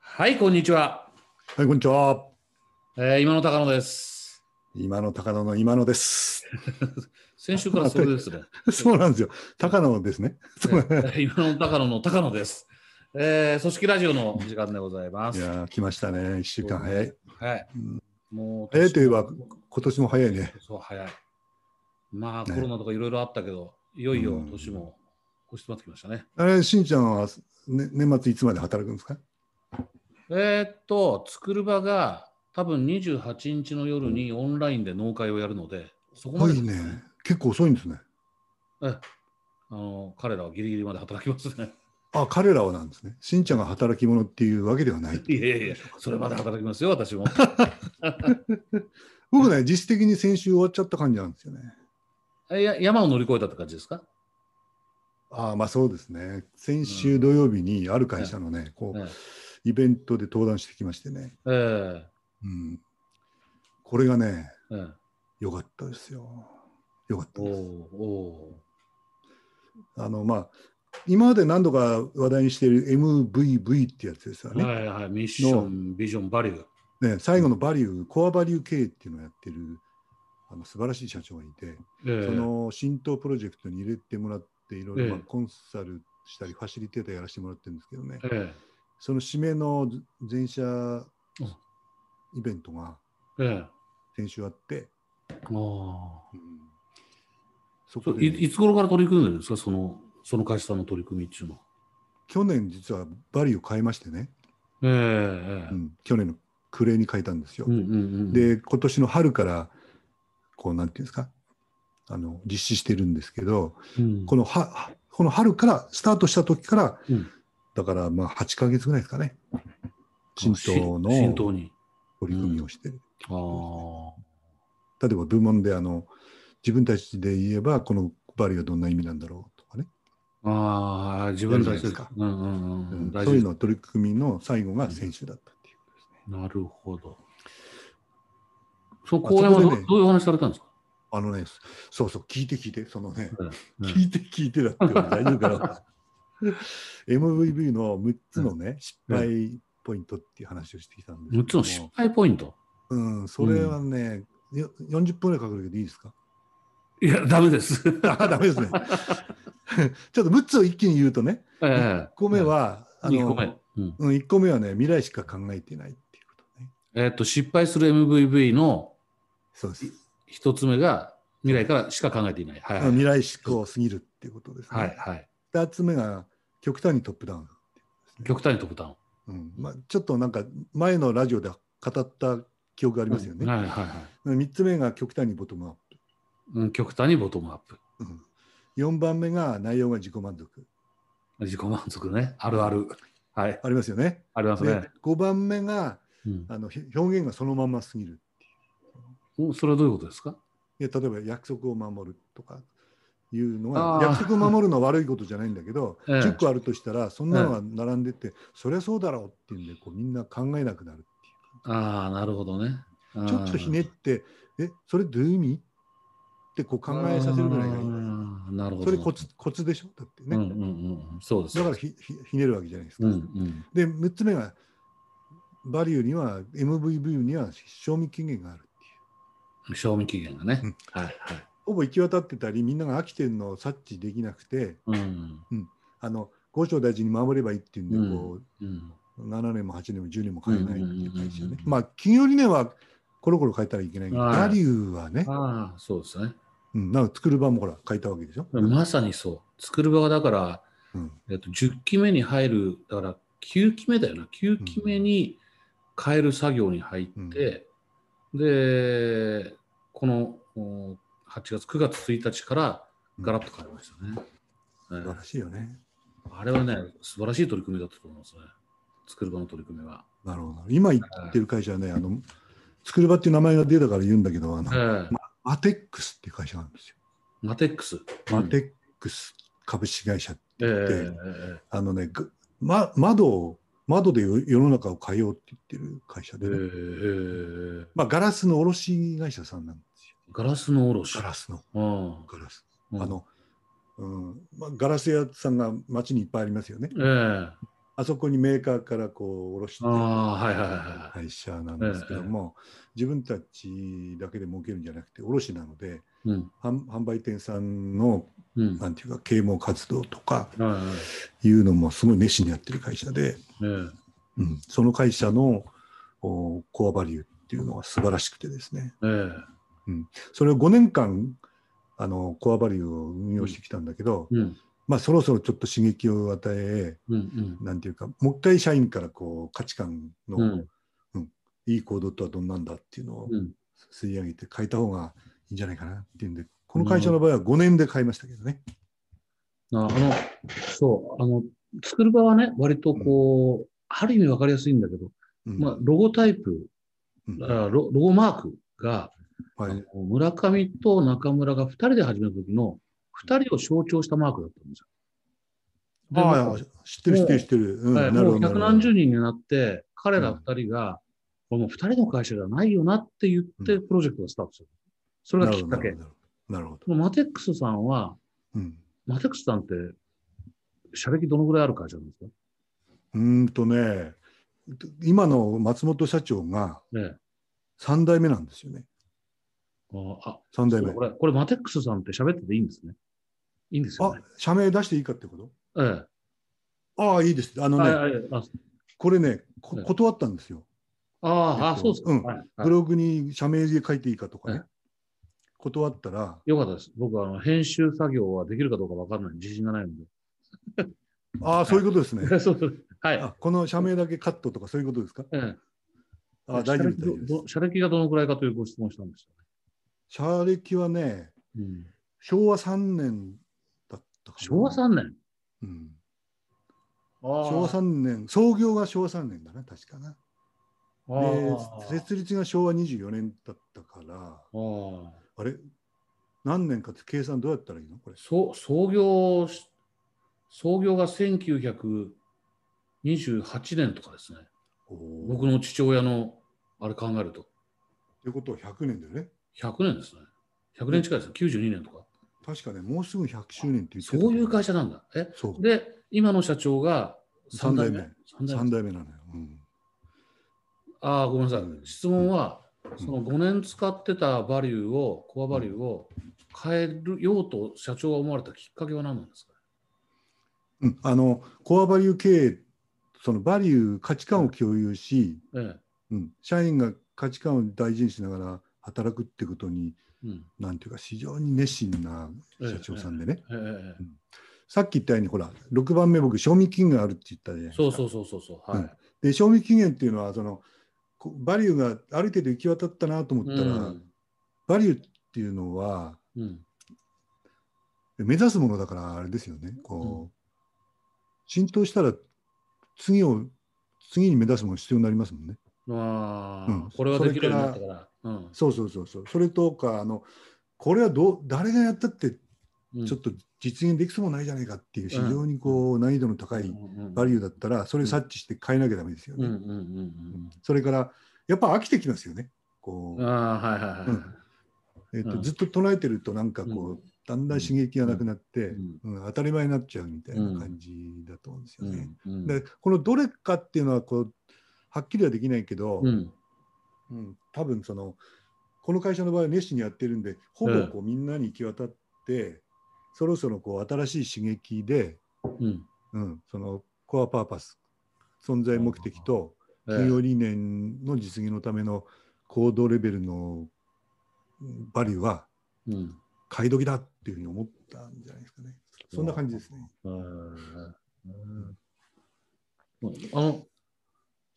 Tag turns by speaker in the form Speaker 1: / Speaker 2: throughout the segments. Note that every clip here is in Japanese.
Speaker 1: はい、こんにちは。
Speaker 2: はい、こんにちは。
Speaker 1: えー今野高野です。
Speaker 2: 今の高野の今野 です。
Speaker 1: 先週からそれですね。
Speaker 2: そうなんですよ。高野です ね。そう
Speaker 1: えー今野高野の高野です。えー組織ラジオの時間でございま
Speaker 2: い
Speaker 1: す。
Speaker 2: やー、来ましたね。一週間早い。
Speaker 1: はい。もう、
Speaker 2: 早いといえば、今年も早いね。
Speaker 1: そう、早い。まあ、
Speaker 2: ね
Speaker 1: コロナとかいろいろあったけど、いよいよ
Speaker 2: うん
Speaker 1: 年も越してまってきましたね。
Speaker 2: あれ、しんちゃんは、ね、年末いつまで働くんですか
Speaker 1: えーっと、作る場が多分28日の夜にオンラインで納会をやるので、そこま
Speaker 2: は
Speaker 1: で、
Speaker 2: いね。結構遅いんですね。
Speaker 1: あの彼らはギリギリまで働きますね。
Speaker 2: あ、彼らはなんですね。しんちゃんが働き者っていうわけではない。
Speaker 1: いやいや、それまで働きますよ、私も。
Speaker 2: 僕ね、実質的に先週終わっちゃった感じなんですよね。
Speaker 1: えや山を乗り越えたって感じですか、
Speaker 2: ああ、まあそうですね。先週土曜日にある会社のね、こ
Speaker 1: ね
Speaker 2: う、イベントで登壇してきましてね。
Speaker 1: ええ
Speaker 2: うん。これがね、
Speaker 1: ええ
Speaker 2: よかったですよ。よかった
Speaker 1: お
Speaker 2: です。
Speaker 1: うお
Speaker 2: あのまあ今まで何度か話題にしている MVV ってやつですよ
Speaker 1: う、
Speaker 2: ね,、
Speaker 1: はいはい、ミッション、ビジョン、バリュー。
Speaker 2: ね。最後のバリュー、コアバリュー経営っていうのをやってるあの素晴らしい社長がいて、
Speaker 1: ええ
Speaker 2: その浸透プロジェクトに入れてもらって、いろいろ、まあ
Speaker 1: ええ
Speaker 2: コンサルしたり、ファシリテーターやらせてもらってるんですけどね、
Speaker 1: え
Speaker 2: その指名の全社イベントが
Speaker 1: ええ
Speaker 2: 先週あって、
Speaker 1: えああ
Speaker 2: うんそ
Speaker 1: そ
Speaker 2: こ
Speaker 1: う
Speaker 2: でね、
Speaker 1: いいつ頃から取り組んでるんですか、そのその会社さんの取り組みっていうのは。
Speaker 2: 去年実はバリューを変えましてね、
Speaker 1: えええ
Speaker 2: う
Speaker 1: え
Speaker 2: ん去年の暮れに変えたんですよ。
Speaker 1: うんうんうん、
Speaker 2: で今年の春からこうなんていうんですかあの実施してるんですけど
Speaker 1: うん、
Speaker 2: このはこの春からスタートした時から、
Speaker 1: うん
Speaker 2: だからまあ8ヶ月ぐらいですかね浸透
Speaker 1: し
Speaker 2: の
Speaker 1: 浸透に。
Speaker 2: 取り組みをしてる、
Speaker 1: ああ
Speaker 2: 例えば部門であの自分たちで言えばこのバリューはどんな意味なんだろうとかね、
Speaker 1: ああ、自分たち
Speaker 2: やるじゃ
Speaker 1: で
Speaker 2: ないで
Speaker 1: す
Speaker 2: か
Speaker 1: うんうんう
Speaker 2: うん
Speaker 1: ん、大
Speaker 2: そ
Speaker 1: 事
Speaker 2: う
Speaker 1: で
Speaker 2: いう
Speaker 1: す。
Speaker 2: のを取り組みの最後が先週だったっていうことですね。
Speaker 1: なるほど。そこはど,、
Speaker 2: そこでね
Speaker 1: どういうお話されたんですか、
Speaker 2: あのね、そうそう、聞いて聞いて、そのね、
Speaker 1: うん
Speaker 2: 聞いて聞いてだって俺大丈夫かな MVV の6つのね、失敗ポイントっていう話をしてきたんですけども
Speaker 1: 6つの失敗ポイント。
Speaker 2: うん、それはね、よ40分ぐらいかかるけどいいですか
Speaker 1: いや、ダメです。
Speaker 2: あダメですね ちょっと6つを一気に言うとね
Speaker 1: ええ
Speaker 2: 1個目、は、
Speaker 1: うん二個目うん
Speaker 2: うん、1個目はね未来しか考えてないっていうことね
Speaker 1: えーっと、失敗する MVV の
Speaker 2: そうです、
Speaker 1: 一つ目が未来からしか考えていない。はいはい。
Speaker 2: 未来志向すぎるっていうことですね、
Speaker 1: はいはい、
Speaker 2: 2つ目が極端にトップダウンっていうことで
Speaker 1: 極端
Speaker 2: すね
Speaker 1: にトップダウン。
Speaker 2: うんまあ、ちょっとなんか前のラジオで語った記憶がありますよね。
Speaker 1: はいはいはい
Speaker 2: 3つ目が極端にボトムアップ、
Speaker 1: うん。極端にボトムアップ。
Speaker 2: うん、4番目が内容が自己満足
Speaker 1: 自己満足ね。あるある。はい。
Speaker 2: ありますよね。
Speaker 1: ありますね
Speaker 2: で。5番目が
Speaker 1: うん
Speaker 2: あのひ表現がそのまますぎる
Speaker 1: お、それはどういうことですか
Speaker 2: いや例えば約束を守るとかいうの
Speaker 1: あ
Speaker 2: が
Speaker 1: ー
Speaker 2: 約束を守るのは悪いことじゃないんだけど、
Speaker 1: ええ
Speaker 2: 10個あるとしたらそんなのが並んでって、そりゃそうだろうっていうんでこうみんな考えなくなるって
Speaker 1: ああ、なるほどね。
Speaker 2: いうちょっとひねってえそれどういう意味ってこう考えさせるぐらいがい
Speaker 1: あ
Speaker 2: い。
Speaker 1: ーなるほど。
Speaker 2: それコツコツでしょだってね、
Speaker 1: うんうんうん。そうです。
Speaker 2: だからひひひねるわけじゃないですか。
Speaker 1: うんうん。
Speaker 2: で6つ目がバリューには MVV には賞味期限があるっていう
Speaker 1: 賞味期限がね。
Speaker 2: うん
Speaker 1: はいはい。
Speaker 2: ほぼ行き渡ってたりみんなが飽きてるのを察知できなくて
Speaker 1: うん
Speaker 2: あの五条大臣に守ればいいっていうんで、こ
Speaker 1: うん。
Speaker 2: う7年も8年も10年も変えないっていう会社
Speaker 1: うんうんうん
Speaker 2: ね
Speaker 1: うん
Speaker 2: まあ企業理念はコロコロ変えたらいけないけど
Speaker 1: はい
Speaker 2: バリューはね、
Speaker 1: ああ、そうですね。
Speaker 2: うん、なんか作る場もほら変えたわけでしょ、
Speaker 1: まさにそう。作る場がだから、
Speaker 2: うん
Speaker 1: えっと、10期目に入る、だから9期目だよな、9期目に変える作業に入って、で、このお8月、9月1日から
Speaker 2: うん
Speaker 1: ガラッと変えましたね。
Speaker 2: 素晴らしいよね
Speaker 1: えーあれはね、素晴らしい取り組みだったと思いますね。作る場の取り組みは。
Speaker 2: なるほど今言ってる会社はねあの作る場っていう名前が出たから言うんだけどあの
Speaker 1: ええ
Speaker 2: マテックスっていう会社なんですよ。
Speaker 1: マテックス。
Speaker 2: マテ
Speaker 1: ック
Speaker 2: ックス株式会社、
Speaker 1: ス。ええ
Speaker 2: あのね、ぐま、窓を、窓で世の中を変えようって言ってる会社
Speaker 1: えええ
Speaker 2: で、ね
Speaker 1: ええ
Speaker 2: まあ、ガラスの卸会社さんなんですよ。
Speaker 1: ガラスの卸。
Speaker 2: ガラスの、
Speaker 1: うん
Speaker 2: ガラス。
Speaker 1: うん
Speaker 2: あの、うんまあ、ガラス屋さんが街にいっぱいありますよね。
Speaker 1: ええ
Speaker 2: あそこにメーカーからこう卸して
Speaker 1: あ
Speaker 2: る
Speaker 1: あ、はいはいはいはい。
Speaker 2: 会社なんですけども、自分たちだけで儲けるんじゃなくて卸なので
Speaker 1: うん。
Speaker 2: 販販売店さんの
Speaker 1: うん。
Speaker 2: なんていうか啓蒙活動とか
Speaker 1: はいはい。
Speaker 2: いうのもすごい熱心にやってる会社で、
Speaker 1: ええ
Speaker 2: うん、その会社のおコアバリューっていうのが素晴らしくてですね
Speaker 1: え
Speaker 2: それを5年間あのコアバリューを運用してきたんだけど、
Speaker 1: えうん。
Speaker 2: まあ、そろそろちょっと刺激を与え
Speaker 1: うん。うん。
Speaker 2: なんていうかもう一回社員からこう価値観の、
Speaker 1: うん
Speaker 2: いい行動とはどんなんだっていうのを
Speaker 1: うん。
Speaker 2: 吸い上げて変えた方がいいんじゃないかなっていうんでこの会社の場合は5年で変えましたけどね。
Speaker 1: ああの、そう、あの、作る場はね、割とこう、ある意味わかりやすいんだけど、
Speaker 2: うん
Speaker 1: まあ、ロゴタイプ、
Speaker 2: うん
Speaker 1: あロロゴマークが、
Speaker 2: はい
Speaker 1: あの村上と中村が2人で始めた時の2人を象徴したマークだったんですよ。で
Speaker 2: ああ
Speaker 1: もう
Speaker 2: 知ってる知ってる知ってる。うん
Speaker 1: はい
Speaker 2: なる
Speaker 1: も
Speaker 2: ほ
Speaker 1: う百
Speaker 2: どなるほ
Speaker 1: 何
Speaker 2: ど
Speaker 1: 十人になって、彼ら2人が、この2人の会社じゃないよなって言って、プロジェクトがスタートする。それがきっかけ。
Speaker 2: なるほど。なるほど
Speaker 1: このマテックスさんは、
Speaker 2: うん
Speaker 1: マテックスさんって、社歴どのぐらいある会社なんですか
Speaker 2: うーんとね、今の松本社長が
Speaker 1: ねえ
Speaker 2: 3代目なんですよね。
Speaker 1: ああ
Speaker 2: 三代目
Speaker 1: こ。れ、これマテックスさんって喋ってていいんですね。いいんですよ
Speaker 2: あ
Speaker 1: ね。、
Speaker 2: 社名出していいかってこと
Speaker 1: ええ。
Speaker 2: ああ、いいです。あの
Speaker 1: はい
Speaker 2: ね、
Speaker 1: はいあ
Speaker 2: これね、こ
Speaker 1: はい
Speaker 2: 断ったんですよ。
Speaker 1: ああ、そうですか。
Speaker 2: うん
Speaker 1: はいはい
Speaker 2: ブログに社名で書いていいかとかね
Speaker 1: は。
Speaker 2: 断ったら、
Speaker 1: よかったです。僕はあの編集作業はできるかどうかわからない。自信がないので。
Speaker 2: ああ、そういうことですね。
Speaker 1: そうそうはい。
Speaker 2: あこの社名だけカットとかそういうことですか
Speaker 1: ええ
Speaker 2: ああ大丈夫です大
Speaker 1: 社
Speaker 2: 丈夫
Speaker 1: 歴
Speaker 2: です
Speaker 1: ど。社歴がどのくらいかというご質問をしたんです
Speaker 2: 社歴はね、
Speaker 1: よ、ね
Speaker 2: 昭和3年だったかな。
Speaker 1: 昭和3年。
Speaker 2: うん昭
Speaker 1: 昭
Speaker 2: 和3年、創業が昭和3年だな、確かな。で、
Speaker 1: 年。
Speaker 2: 設立が昭和24年だったから、
Speaker 1: ああ
Speaker 2: あれ何年かって計算どうやったらいいのこれ。
Speaker 1: そう創業し、創業が1928年とかですね。
Speaker 2: おー
Speaker 1: 僕の父親のあれ考えると、
Speaker 2: ってことは100年だよね。
Speaker 1: 100年ですね。100年近いですね。92年とか。
Speaker 2: 確かね、もうすぐ100周年って言ってた
Speaker 1: そういう会社なんだ。え
Speaker 2: そう、
Speaker 1: で、今の社長が3代目。三代目
Speaker 2: 3代目なのよ。うん
Speaker 1: ああ、ごめんなさい。質問は、
Speaker 2: うん
Speaker 1: その5年使ってたバリューを、コアバリューを変えるようと社長が思われたきっかけは何なんですか
Speaker 2: うん、あの、コアバリュー経営、そのバリュー、価値観を共有し、
Speaker 1: え
Speaker 2: うん、社員が価値観を大事にしながら働くってことに、
Speaker 1: え。うん。
Speaker 2: なんていうか、非常に熱心な社長さんでね。
Speaker 1: ええ
Speaker 2: さっき言ったように、ほら、6番目、僕、賞味期限があるって言ったじゃないですか。
Speaker 1: そうそうそうそうそう。はい。
Speaker 2: で、賞味期限っていうのは、その、こバリューがある程度行き渡ったなと思
Speaker 1: う
Speaker 2: ったら、
Speaker 1: ん。
Speaker 2: バリューっていうのは、
Speaker 1: うん。
Speaker 2: 目指すものだから、あれですよね、こう、浸透したら、次を、次に目指すもの必要になりますもんね。
Speaker 1: ま
Speaker 2: うん
Speaker 1: あ、これはできるようになったから。うん
Speaker 2: そうそうそうそう。それとか、あの、これはどう、誰がやったって、
Speaker 1: うん。
Speaker 2: ちょっと実現できそうもないじゃないかっていう、非
Speaker 1: うん
Speaker 2: 常にこう、難易度の高いバリューだったら、それ察知して変えなきゃダメですよ
Speaker 1: うん
Speaker 2: ね。
Speaker 1: うんうん
Speaker 2: それから、やっぱ飽きてきますよね。こ
Speaker 1: うん。ああ、はいはいはいは
Speaker 2: う、えっと
Speaker 1: うん
Speaker 2: ずっと唱えてると、なんかこう、
Speaker 1: う
Speaker 2: だんだん刺激がなくなって、
Speaker 1: い。うん
Speaker 2: うん当たり前になっちゃうみたいな感じだと思うんです
Speaker 1: う
Speaker 2: よね。
Speaker 1: んうん
Speaker 2: で、このどれかっていうのはこう、はっきりはできないけど、
Speaker 1: うん。
Speaker 2: うん多分その、この会社の場合は熱心にやってるんで、ほぼこうみんなに行き渡って、そろそろこう新しい刺激で、
Speaker 1: うん。
Speaker 2: うん、そのコアパーパス、存在目的と、
Speaker 1: ええ
Speaker 2: 企業理念の実現のための行動レベルのうんバリューは
Speaker 1: うん。
Speaker 2: 買い時だっていうふうに思ったんじゃないですかね。そんな感じですね。
Speaker 1: うんあの、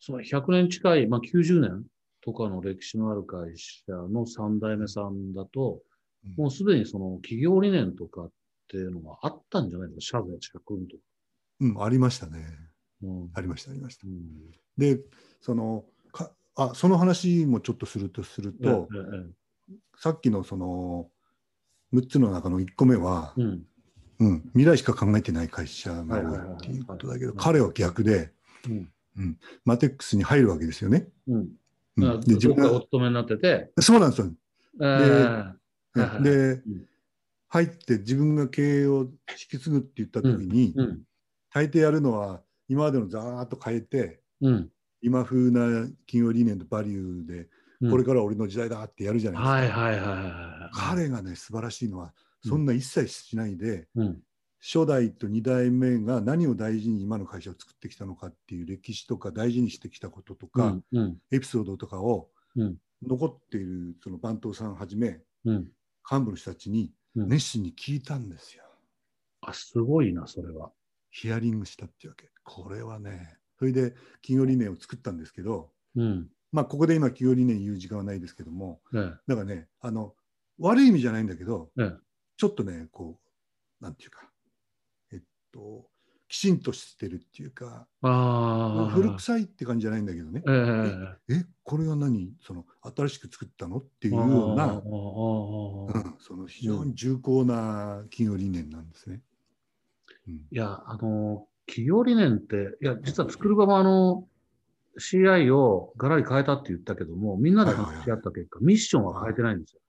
Speaker 1: その100年近い、まあ、90年とかの歴史のある会社の3代目さんだと、
Speaker 2: うん
Speaker 1: もうすでにその企業理念とかっていうのがあったんじゃないですか、社税、社訓とか。
Speaker 2: うん、ありましたね。
Speaker 1: うん
Speaker 2: ありました、ありました。
Speaker 1: うん
Speaker 2: で、その、かあその話もちょっとするとすると、
Speaker 1: えええ
Speaker 2: さっきのその6つの中の1個目は、
Speaker 1: えうん
Speaker 2: うん、未来しか考えてない会社が多いっていうことだけど、彼は逆で、
Speaker 1: うん
Speaker 2: マテックスに入るわけですよね。
Speaker 1: うん
Speaker 2: うん
Speaker 1: だから
Speaker 2: で、自
Speaker 1: どっ
Speaker 2: 分
Speaker 1: かお
Speaker 2: が、
Speaker 1: 勤めになってて、
Speaker 2: そうなんですよ。
Speaker 1: ええ
Speaker 2: うん
Speaker 1: はいはい
Speaker 2: で、
Speaker 1: ん
Speaker 2: 入って自分が経営を引き継ぐって言った時に、
Speaker 1: うん
Speaker 2: 大抵やるのは今までのざーっと変えて、
Speaker 1: うん。
Speaker 2: 今風な企業理念とバリューで、
Speaker 1: うん
Speaker 2: これから俺の時代だってやるじゃないですか。
Speaker 1: はいはいはいはい。
Speaker 2: 彼がね、素晴らしいのは、
Speaker 1: うん
Speaker 2: そんな一切しないで、
Speaker 1: うん。
Speaker 2: 初代と2代目が何を大事に今の会社を作ってきたのかっていう歴史とか大事にしてきたこととか、
Speaker 1: うんうん。
Speaker 2: エピソードとかを
Speaker 1: うん
Speaker 2: 残っているその番頭さんはじめ
Speaker 1: うん。
Speaker 2: 幹部の人たちに
Speaker 1: うん
Speaker 2: 熱心に聞いたんですよ。
Speaker 1: あ、すごいな、それは。
Speaker 2: ヒアリングしたっていうわけ。これはね。それで企業理念を作ったんですけど、
Speaker 1: うん。
Speaker 2: まあここで今企業理念言う時間はないですけども、
Speaker 1: ええ。
Speaker 2: だからね、あの悪い意味じゃないんだけど、
Speaker 1: ええ
Speaker 2: ちょっとね、こう、なんていうか、えっと、きちんとしてるっていうか、
Speaker 1: ああ。
Speaker 2: 古臭いって感じじゃないんだけどね、
Speaker 1: ええ。
Speaker 2: えこれは何その新しく作ったのっていうよ
Speaker 1: あ
Speaker 2: う
Speaker 1: あああ
Speaker 2: な、う
Speaker 1: ああ
Speaker 2: ん、その非常に重厚な企業理念なんですね。うん
Speaker 1: いや、あの、企業理念って、いや、実は作る側もあの、CI をがらり変えたって言ったけども、みんなで話し合った結果、ミッションは変えてないんですよ。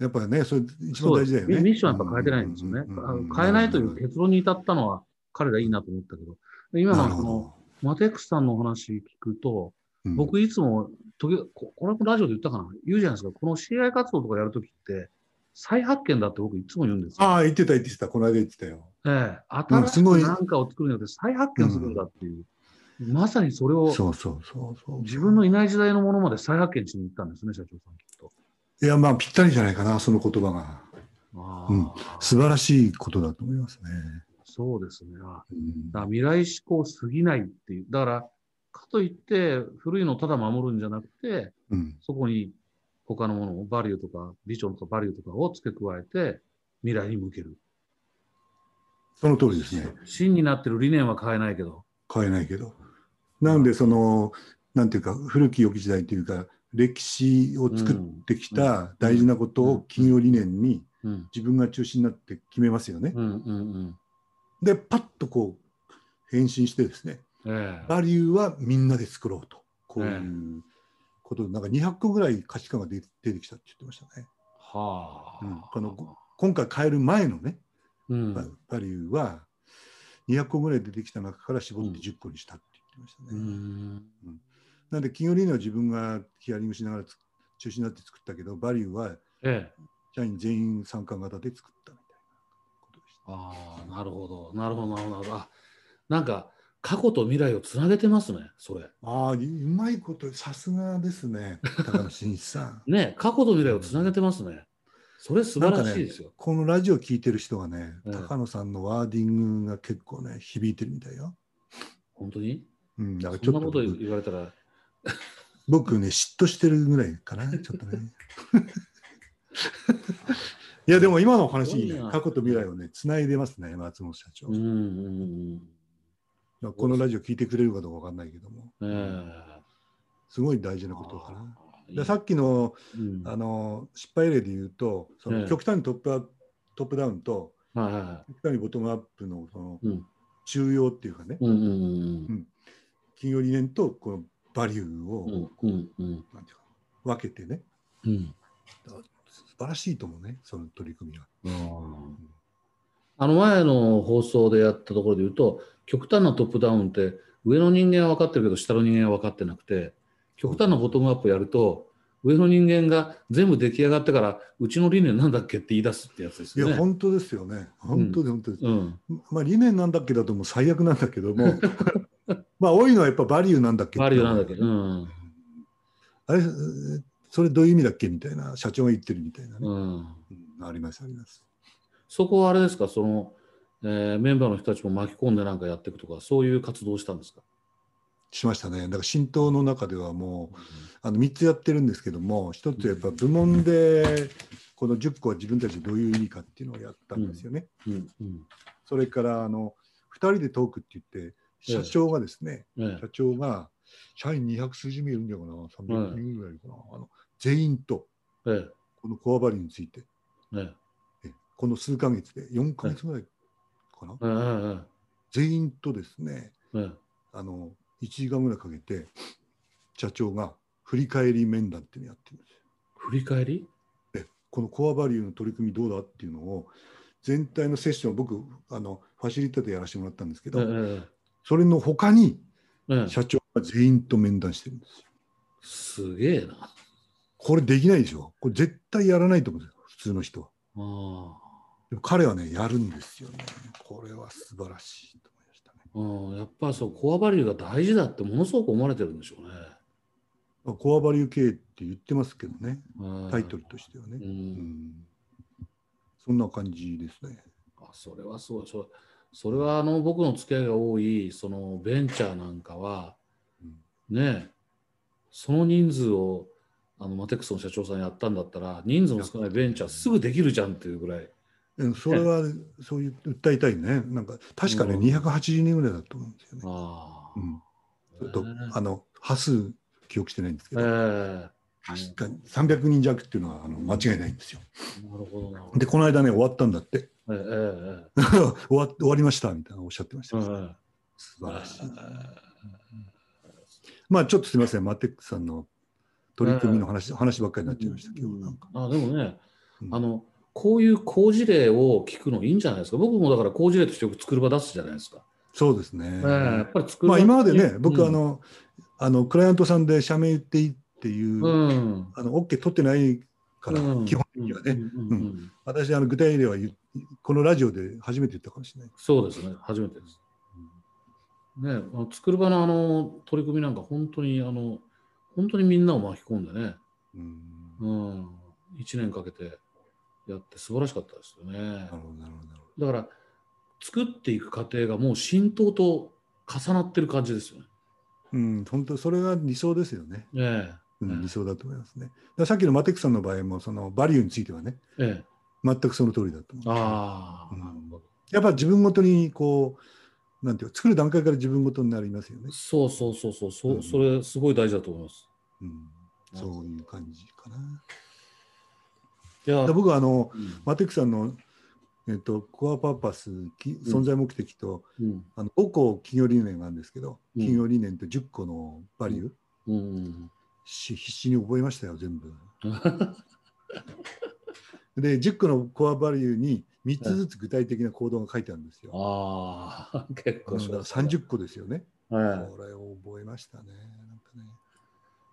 Speaker 2: やっぱりね、それ一番大事だよ
Speaker 1: そうです
Speaker 2: ね。
Speaker 1: ミミッションはやっぱ変えてないんですよね。
Speaker 2: うんうん
Speaker 1: あ
Speaker 2: うんうん
Speaker 1: の変えないという結論に至ったのは彼がいいなと思ったけど、今
Speaker 2: な
Speaker 1: の
Speaker 2: る
Speaker 1: そ
Speaker 2: ほ
Speaker 1: の
Speaker 2: ど。
Speaker 1: マテックスさんのお話聞くと、
Speaker 2: うん、
Speaker 1: 僕いつも時々、ここれもラジオで言ったかな、言うじゃないですか、この CI 活動とかやるときって、再発見だって僕いつも言うんですよ。
Speaker 2: ああ、言ってた言ってた、この間言ってたよ。
Speaker 1: ええ、
Speaker 2: うん
Speaker 1: 新し
Speaker 2: すご
Speaker 1: く
Speaker 2: い
Speaker 1: 何かを作るんじゃなくて再発見するんだっていう、まさにそれを
Speaker 2: そうそうそうそう。
Speaker 1: 自分のいない時代のものまで再発見しに行ったんですね、社長さんきっと。
Speaker 2: いや、まあ、ぴったりじゃないかな、その言葉が。
Speaker 1: あ
Speaker 2: うん
Speaker 1: あ
Speaker 2: 素晴らしいことだと思いますね。
Speaker 1: そうですね。あ
Speaker 2: うん
Speaker 1: だから未来志向すぎないっていう。だから、かといって、古いのをただ守るんじゃなくて、
Speaker 2: うん
Speaker 1: そこに他のものを、バリューとか、ビジョンとかバリューとかを付け加えて、未来に向ける。
Speaker 2: その通りですね。
Speaker 1: 真になってる理念は変えないけど。
Speaker 2: 変えないけど。なんで、その、なんていうか、古き良き時代というか、歴史を作ってきた大事なこと
Speaker 1: う
Speaker 2: を
Speaker 1: ん
Speaker 2: 企業理念に
Speaker 1: うん。
Speaker 2: 自分が中心になって決めますよね。
Speaker 1: うんうん
Speaker 2: で、パッとこう、変身してですね、
Speaker 1: うん。ええ
Speaker 2: バリューはみんなで作ろうと。こうい
Speaker 1: え
Speaker 2: うことで、なんか200個ぐらい価値観が出出てきたって言ってましたね。
Speaker 1: はあ。
Speaker 2: うんこのご今回変える前のね、
Speaker 1: うん
Speaker 2: ババリューは200個ぐらい出てきた中から絞って10個にしたって言ってましたね。
Speaker 1: うん
Speaker 2: なんで企業理念は自分がヒアリングしながらつ中心になって作ったけどバリューは
Speaker 1: ええ。
Speaker 2: 社員全員参加型で作ったみたいなことでした。
Speaker 1: ああ、なるほど。なるほど、なるほどなるほど。あなんか、過去と未来をつなげてますね、それ。
Speaker 2: ああううまいことさすがですね高野真一さん。
Speaker 1: ね、過去と未来をつなげてますね。それ素晴らしいですよ。
Speaker 2: このラジオ聞いてる人がね、
Speaker 1: うん
Speaker 2: 高野さんのワーディングが結構ね響いてるみたいよ。
Speaker 1: 本当に
Speaker 2: うん、だからち
Speaker 1: そん
Speaker 2: ょ
Speaker 1: な
Speaker 2: っと
Speaker 1: こと
Speaker 2: 僕
Speaker 1: 言われたら、
Speaker 2: 僕ね嫉妬してるぐらい かなちょっとね。いやでも今のお話いい
Speaker 1: す
Speaker 2: ね
Speaker 1: ごいな
Speaker 2: 過去と未来をねつないでますね松本社長。
Speaker 1: うんうん
Speaker 2: まあこのラジオ聞いてくれるかどうかわかんないけども、
Speaker 1: うん。ええ
Speaker 2: すごい大事なことかな。
Speaker 1: あー
Speaker 2: でさっきの
Speaker 1: うん
Speaker 2: あの失敗例で言うと、そ
Speaker 1: え
Speaker 2: の
Speaker 1: え
Speaker 2: 極端にトップアップトップダウンと
Speaker 1: はいはいは
Speaker 2: 極端にボトムアップのその
Speaker 1: い。うん
Speaker 2: 中央っていうかね、
Speaker 1: うんうん
Speaker 2: 企業理念とこのバリューを、
Speaker 1: うんうんうんうん
Speaker 2: なんていうか分けてね、
Speaker 1: うん
Speaker 2: 素晴らしいと思うね、その取り組みは。
Speaker 1: うんあの前の放送でやったところで言うと極端なトップダウンって上の人間は分かってるけど下の人間は分かってなくて極端なボトムアップやると上の人間が全部出来上がってからうちの理念なんだっけって言い出すってやつです
Speaker 2: い
Speaker 1: よ
Speaker 2: や、
Speaker 1: ね。
Speaker 2: 本当ですよね、本当で本当です。
Speaker 1: うん
Speaker 2: まあ理念なんだっけだともう最悪なんだけども、まあ多いのはやっぱバリューなんだっけ
Speaker 1: バリューなんだっけうん。
Speaker 2: あれ、えーそれどういう意味だっけみたいな、社長が言ってるみたいなね。
Speaker 1: うん。
Speaker 2: うんあります、あります。
Speaker 1: そこはあれですか、その、えーメンバーの人たちも巻き込んでなんかやっていくとか、そういう活動をしたんですか。
Speaker 2: しましたね。だから、新党の中ではもう、あの3つやってるんですけども、1つやっぱ部門で、この10個は自分たちどういう意味かっていうのをやったんですよね。
Speaker 1: うん。うん。
Speaker 2: それから、あの、2人でトークって言って、社長がですね、
Speaker 1: え
Speaker 2: 社長が、社員200数十名いるんじゃないかな、300人ぐらいいるかな、あの全員と、
Speaker 1: え、え
Speaker 2: このコアバリューについて、
Speaker 1: え、ええ、
Speaker 2: えこの数ヶ月で、4ヶ月ぐらいかな、
Speaker 1: ええ、
Speaker 2: 全員とですね
Speaker 1: ええ、え
Speaker 2: あの1時間ぐらいかけて社長が振り返り面談っていうのをやってるんですよ。
Speaker 1: 振り返り。
Speaker 2: このコアバリューの取り組みどうだっていうのを全体のセッション僕あのファシリテーターやらせてもらったんですけ
Speaker 1: え
Speaker 2: ど、
Speaker 1: え、
Speaker 2: それの他に
Speaker 1: うん
Speaker 2: 社長が全員と面談してるんですよ。
Speaker 1: すげえな。
Speaker 2: これできないでしょ。これ絶対やらないと思うんですよ、普通の人は。
Speaker 1: あ
Speaker 2: でも彼はね、やるんですよね。これは素晴らしいと思いましたね。
Speaker 1: あうん、やっぱそう、コアバリューが大事だってものすごく思われてるんでしょうね。
Speaker 2: まあコアバリュー経営って言ってますけどね、
Speaker 1: うん
Speaker 2: タイトルとしては
Speaker 1: う、
Speaker 2: ね。うんんそんな感じですね。
Speaker 1: あそれはすごい。そそれはあの僕の付き合いが多いそのベンチャーなんかは、
Speaker 2: うん
Speaker 1: ねえ、その人数をあのマテックスの社長さんやったんだったら、人数の少ないベンチャーすぐできるじゃんっていうぐらい。
Speaker 2: うんそれは、そういう、訴えたいね。なんか、確かね、
Speaker 1: うん
Speaker 2: 280人ぐらいだと思うんですよね。
Speaker 1: ああ
Speaker 2: うんちょっ
Speaker 1: え
Speaker 2: と、あの、波数、記憶してないんですけ
Speaker 1: ええ
Speaker 2: ど、確かに300人弱っていうのはあの間違いないんですよ。
Speaker 1: なるほどなるほど。
Speaker 2: で、この間ね、終わったんだって。
Speaker 1: えええ
Speaker 2: 終わ終わりましたみたいなおっしゃってました
Speaker 1: ええ
Speaker 2: よ。
Speaker 1: え
Speaker 2: 素晴らしい。
Speaker 1: い。
Speaker 2: まあちょっとすみません、マテックさんの取り組みの話、話ばっかりになっちゃいましたけど、なんか。
Speaker 1: あでもね、
Speaker 2: うん
Speaker 1: あの、こういう好事例を聞くのいいんじゃないですか。僕もだから好事例としてよく作る場出すじゃないですか。
Speaker 2: そうですね。
Speaker 1: ええやっぱり作る
Speaker 2: ま
Speaker 1: 場
Speaker 2: あ今までね、僕、
Speaker 1: うん
Speaker 2: あの、あの、クライアントさんで社名言っていいっていう、
Speaker 1: うん。
Speaker 2: あの、OK 取ってないから、
Speaker 1: うん
Speaker 2: 基本的にはね、
Speaker 1: うんうんうん
Speaker 2: 私、あの、具体例は言うこのラジオで初めて言ったかもしれない。
Speaker 1: そうですね、初めてです。ね、あの作る場のあの取り組みなんか、本当にあの、本当にみんなを巻き込んでね、
Speaker 2: うん。
Speaker 1: うん、1年かけてやって、素晴らしかったですよね
Speaker 2: な。るほど、なるほどなる
Speaker 1: だ
Speaker 2: ほ
Speaker 1: から、作っていく過程がもう浸透と重なってる感じですよね。
Speaker 2: ど。うん、本当、それが理想ですよね。
Speaker 1: え
Speaker 2: う
Speaker 1: うん
Speaker 2: ん、理想だと思いますね。だからさっきのマテックさんの場合も、その、バリューについてはね、
Speaker 1: えええ
Speaker 2: 全くその通りだと思う。
Speaker 1: ああ、
Speaker 2: うん
Speaker 1: なるほど。
Speaker 2: やっぱ自分ごとにこう、なんていうか、作る段階から自分ごとになりますよね。
Speaker 1: そうそうそうそう、そ,、
Speaker 2: う
Speaker 1: うんそれ、すごい大事だと思います。
Speaker 2: うん、そういう感じかな。
Speaker 1: いや
Speaker 2: だから僕はあの、
Speaker 1: うん
Speaker 2: マテックさんの、えっと、コアパーパス、き存在目的と、
Speaker 1: うん
Speaker 2: あの5個企業理念があるんですけど、
Speaker 1: うん
Speaker 2: 企業理念と10個のバリュー、
Speaker 1: うん
Speaker 2: し必死に覚えましたよ、全部。で、10個のコアバリューに3つずつ具体的な行動が書いてあるんですよ。
Speaker 1: ああ、結
Speaker 2: う
Speaker 1: 構
Speaker 2: んだから30個ですよね。
Speaker 1: は
Speaker 2: これを覚えましたね。なんかね。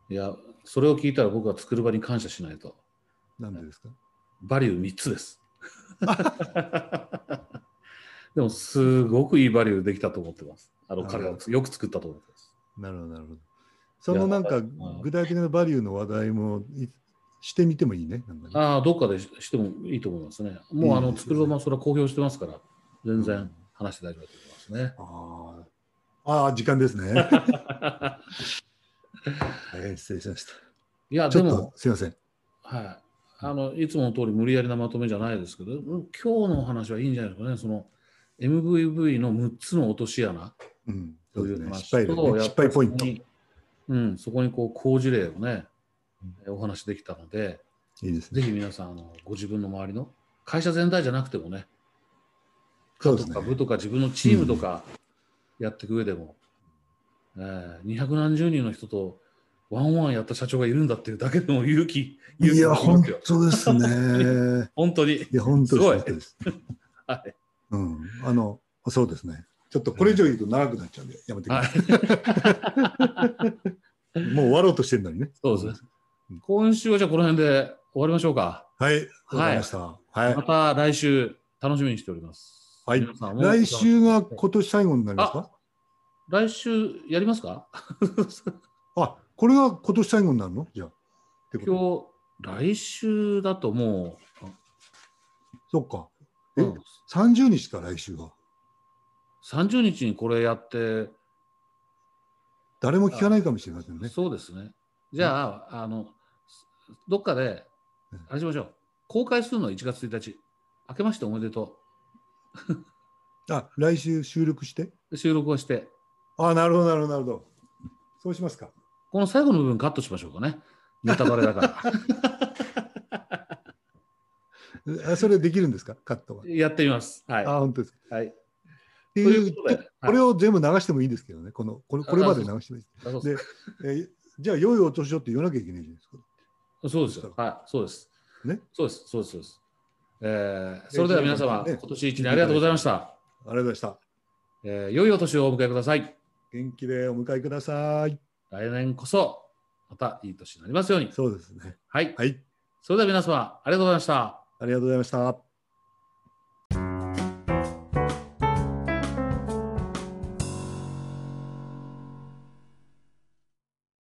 Speaker 1: い。いや、それを聞いたら僕は作る場に感謝しないと。
Speaker 2: なんでですか
Speaker 1: バリュー3つです。 でも、すごくいいバリューできたと思ってます。あの
Speaker 2: あ
Speaker 1: 彼はよく作ったと思ってます。
Speaker 2: なるほど、なるほど。そのなん
Speaker 1: いや
Speaker 2: か
Speaker 1: うん
Speaker 2: 具体的なバリューの話題もいしてみてもいいね。なんかね
Speaker 1: ああ、どっかでししてもいいと思いますね。もう、あ
Speaker 2: いい
Speaker 1: の、
Speaker 2: ですね
Speaker 1: 作る場もそれは公表してますから、全
Speaker 2: う
Speaker 1: 然
Speaker 2: ん
Speaker 1: 話して大丈夫だと思いますね。
Speaker 2: あーあー、時間ですね。はい、失礼しまし
Speaker 1: いや、
Speaker 2: た。ち
Speaker 1: で
Speaker 2: ょっ
Speaker 1: も
Speaker 2: と、すいません。
Speaker 1: はい。あの、いつもの通り無理やりなまとめじゃないですけど、うん今日のお話はいいんじゃないですかね。その、MVV の6つの落とし穴。
Speaker 2: うん、そ
Speaker 1: とい
Speaker 2: うで
Speaker 1: う
Speaker 2: すね。
Speaker 1: 話
Speaker 2: 失敗例
Speaker 1: と
Speaker 2: ね、
Speaker 1: や
Speaker 2: 失
Speaker 1: っぱり
Speaker 2: 敗ポイント。
Speaker 1: そ
Speaker 2: い
Speaker 1: こにうん、そこにこう好事例をね、えお話できたので、
Speaker 2: いです
Speaker 1: ぜ
Speaker 2: ね。
Speaker 1: ひ皆さんあの、ご自分の周りの会社全体じゃなくてもね、
Speaker 2: そう
Speaker 1: 課
Speaker 2: で
Speaker 1: と
Speaker 2: す
Speaker 1: か
Speaker 2: ね。
Speaker 1: 部とか自分のチームとかやっていく上でも、えー、200何十人の人とワンワンやった社長がいるんだっていうだけでも勇気、勇
Speaker 2: い
Speaker 1: 気
Speaker 2: や、
Speaker 1: が出ま
Speaker 2: 本
Speaker 1: すよ
Speaker 2: 当ですね。
Speaker 1: 本当に。
Speaker 2: いや、本当です
Speaker 1: すごい
Speaker 2: 本当です。
Speaker 1: はい。
Speaker 2: うん、あの、そうですね。ちょっとこれ以上言うと長くなっちゃうんで、やめてくだ
Speaker 1: は
Speaker 2: さ
Speaker 1: い
Speaker 2: い。 もう終わろうとしてるのにね。
Speaker 1: そうですね。今週はじゃあこの辺で終わりましょうか。
Speaker 2: はい、わかりました。はい
Speaker 1: また来週楽しみにしております。
Speaker 2: はい
Speaker 1: 皆さんも
Speaker 2: 来週が今年最後になりますか
Speaker 1: 来週やりますか
Speaker 2: あこれが今年最後になるのじゃあ。ってこと
Speaker 1: 今日、来週だとも
Speaker 2: そっか。
Speaker 1: う、
Speaker 2: え、
Speaker 1: うん
Speaker 2: 30日か、来週は。
Speaker 1: 30日にこれやって、
Speaker 2: 誰も聞かないかもしれませんね。
Speaker 1: そうですね。じゃあ、あの、どっかで
Speaker 2: うん、
Speaker 1: あれしましょう。公開するのは1月1日。明けましておめでと
Speaker 2: あ、来週収録して。
Speaker 1: う。収録をして、
Speaker 2: あ、なるほど、なるほど、なるほど。そうしますか。
Speaker 1: この最後の部分カットしましょうかね。ネタバレだから。
Speaker 2: えあそれできるんですか、カットは。
Speaker 1: やってみます。はい。
Speaker 2: あ、本当ですか。
Speaker 1: はい、
Speaker 2: って
Speaker 1: と
Speaker 2: い
Speaker 1: いううことで、
Speaker 2: これを全部流してもいいですけどね。この、これこれまで流してもいい
Speaker 1: はいあそうです
Speaker 2: です。えじゃあ、良いお年をって言わなきゃいけないじゃないですか。
Speaker 1: そうですよ。はい、そうです。
Speaker 2: ね。
Speaker 1: そうです。そうです。そうです。えーそれでは皆様、
Speaker 2: ね
Speaker 1: 今年一年ありがとうございました。
Speaker 2: ありがとうございました。
Speaker 1: えー良いお年をお迎えください。
Speaker 2: 元気でお迎えください。
Speaker 1: 来年こそ、またいい年になりますように。
Speaker 2: そうですね。
Speaker 1: はい。
Speaker 2: はい。
Speaker 1: それでは皆様、ありがとうございました。
Speaker 2: ありがとうございました。